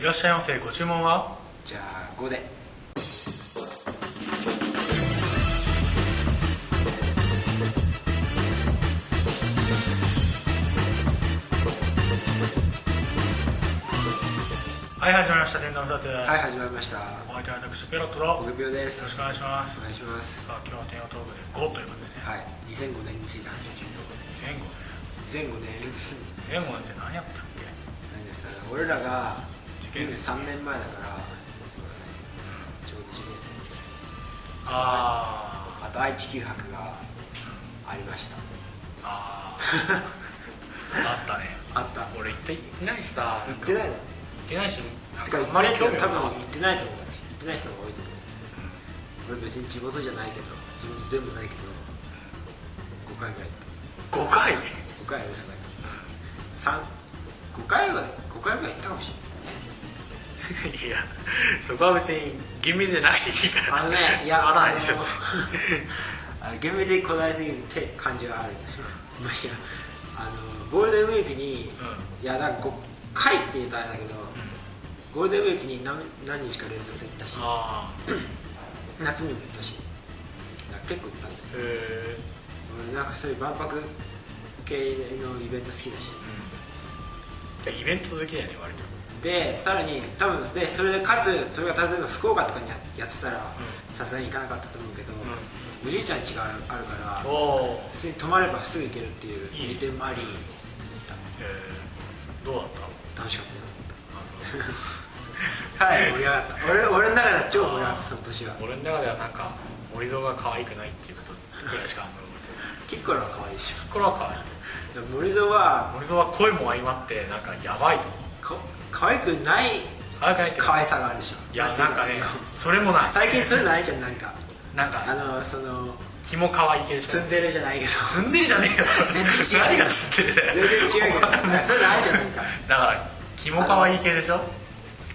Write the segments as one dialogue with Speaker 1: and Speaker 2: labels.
Speaker 1: いらっしゃいませご注文は
Speaker 2: じゃあ5で
Speaker 1: はい始まりました天丼二つ
Speaker 2: はい
Speaker 1: はい
Speaker 2: 始まりました
Speaker 1: お相手は私ペロットとよ
Speaker 2: 5秒で
Speaker 1: ろし
Speaker 2: す
Speaker 1: くお願いします
Speaker 2: お願いします
Speaker 1: さあ今日は天をトークで5ということでね
Speaker 2: はい2005年について話しましょ
Speaker 1: 前後
Speaker 2: う前
Speaker 1: 前
Speaker 2: 5年
Speaker 1: 後って何やったっけ
Speaker 2: 何ですかね俺らが
Speaker 1: 受験生
Speaker 2: 23年前だからそうだねちょうど受験生
Speaker 1: あ
Speaker 2: あと愛知九博がありました
Speaker 1: ーあーあったね
Speaker 2: あった
Speaker 1: 俺行って行ってないしさ
Speaker 2: 行ってないの
Speaker 1: 行ってないして
Speaker 2: か
Speaker 1: 生
Speaker 2: 行
Speaker 1: ま
Speaker 2: っ
Speaker 1: れ
Speaker 2: てないけ
Speaker 1: 興
Speaker 2: ど
Speaker 1: 味
Speaker 2: 多分
Speaker 1: も
Speaker 2: 行ってないと思う行ってない人が多いと思う俺別に地元じゃないけど地元でもないけど5回ぐらい行った
Speaker 1: 5回
Speaker 2: 5回は嘘だけど三五回は5回ぐらい行ったかもしれないね
Speaker 1: いやそこは別に厳密じゃなくていいから
Speaker 2: あの ねい
Speaker 1: つ
Speaker 2: や
Speaker 1: まらないでしょ
Speaker 2: あのあの厳密にこだわりすぎるって感じはあるねまあいいやあのゴールデンウィークに、いやなんか5回って言うとあれだけど、ゴールデンウィークに何何日か連続で行ったし
Speaker 1: あ
Speaker 2: 夏にも行ったしだから結構行ったんだよ
Speaker 1: ーへ
Speaker 2: 俺なんかそういう万博系のイベント好きだし
Speaker 1: えイベント好きだよね割と
Speaker 2: でさらに多分でそれでかつそれが例えば福岡とかにややってたらさすがに行かなかったと思うけど、おじいちゃん家があるか
Speaker 1: お
Speaker 2: ら
Speaker 1: お
Speaker 2: 普通に泊まればすぐ行けるっていう
Speaker 1: いい
Speaker 2: 利点もあり
Speaker 1: えー、どうだった
Speaker 2: 楽しかったよ
Speaker 1: あそう
Speaker 2: かなり盛り上がった俺俺の中では超盛り上がったその年は
Speaker 1: 俺の中ではなんか森戸が可愛くないっていうことぐらいしかあんまり覚えてない
Speaker 2: キッコロは可愛いでし
Speaker 1: ピッコロは可愛い
Speaker 2: ょでも森蔵は
Speaker 1: 森戸は声も相まってなんかやばいと思う
Speaker 2: か可愛くない
Speaker 1: 可愛くないっていうか
Speaker 2: 可愛さがあるでしょ
Speaker 1: いやなん
Speaker 2: ていう
Speaker 1: かね
Speaker 2: その
Speaker 1: それもない
Speaker 2: 最近そういうのないじゃんなんか
Speaker 1: なん
Speaker 2: あ
Speaker 1: か
Speaker 2: のその
Speaker 1: 気も可愛い系でしょ
Speaker 2: ツンデレじゃないけど
Speaker 1: 積んでるじゃねえよ
Speaker 2: 全然違
Speaker 1: 何
Speaker 2: う
Speaker 1: が積んでるだよ
Speaker 2: 全然違うけど
Speaker 1: お前
Speaker 2: それないじゃんなんか
Speaker 1: だから気も可愛い系でしょ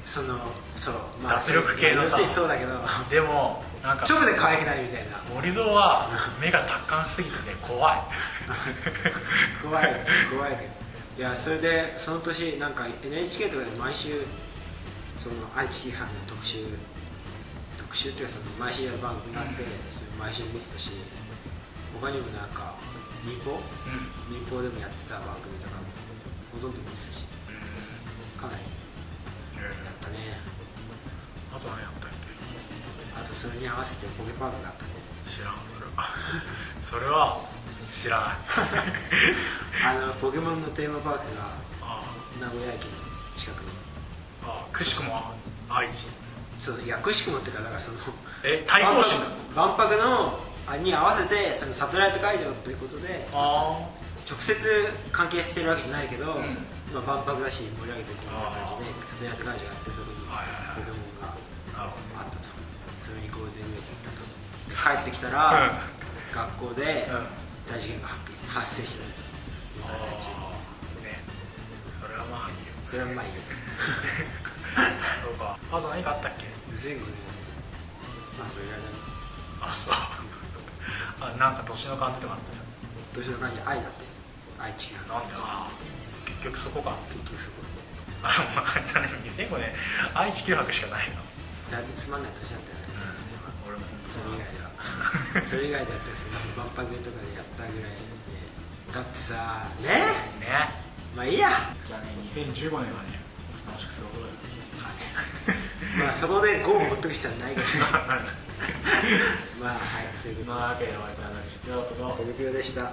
Speaker 2: そのそう、
Speaker 1: 脱力系のさ
Speaker 2: そう要するにそうだけど
Speaker 1: でもなんか
Speaker 2: 直で可愛くないみた いな
Speaker 1: 森戸は目が達観しすぎてね怖い
Speaker 2: 怖い怖いけどいやそれでその年なんか NHK とかで毎週その愛知批判の特集特集っていうかその毎週やる番組があって、それ毎週見てたし他にもなんか民放
Speaker 1: う
Speaker 2: 民放でもやってた番組とかもほとんど見てたしかなり
Speaker 1: ん
Speaker 2: やったね
Speaker 1: あと何やったっけ
Speaker 2: あとそれに合わせてポケパークがあったね
Speaker 1: 知らんそれはそれは知らない
Speaker 2: あのポケモンのテーマパークが
Speaker 1: あ
Speaker 2: 名古屋駅の近くに
Speaker 1: あああくしくも愛知
Speaker 2: そういやくしくもっていうかだからその
Speaker 1: え対抗心
Speaker 2: 万博万博のあに合わせてそのサテライト会場ということで
Speaker 1: あ
Speaker 2: 直接関係してるわけじゃないけど、
Speaker 1: ん
Speaker 2: まあ、万博だし盛り上げていこうみたいな感じ
Speaker 1: あ
Speaker 2: でサテライト会場があってそこに
Speaker 1: はいはいはい
Speaker 2: ポケモンが
Speaker 1: あなるほ
Speaker 2: あったとそれにゴールデンウィーク行ったとで帰ってきたら、
Speaker 1: うん
Speaker 2: 学校で
Speaker 1: うん
Speaker 2: 大事件が発見発生してたんです
Speaker 1: ど
Speaker 2: よ朝中
Speaker 1: ああねそれはまあいいよ
Speaker 2: それはまあい いよ
Speaker 1: そうかあと何かあったっけ
Speaker 2: 2005年まあそれぐらい
Speaker 1: あ
Speaker 2: だな
Speaker 1: そうあなんか年の感じとかあったじ
Speaker 2: 年の感じ愛だって愛知
Speaker 1: ゃ
Speaker 2: が
Speaker 1: んなんでああ結局そこか
Speaker 2: 結局そこ
Speaker 1: あのあれだね2005年愛知九博しかないの
Speaker 2: だいぶつまんない年だったよね2005年
Speaker 1: 俺
Speaker 2: は
Speaker 1: も
Speaker 2: それ以外ではそれ以外だったらその万博とかでやったぐらいでだってさね
Speaker 1: ね
Speaker 2: まあいいや、は
Speaker 1: じゃあね2015年はね楽しく過ごそうよ
Speaker 2: いまあそこで5を持ってくしちゃないけどね まあはいそういうこ
Speaker 1: まあわけで終わりたいなるしピロットと
Speaker 2: とポケピオでした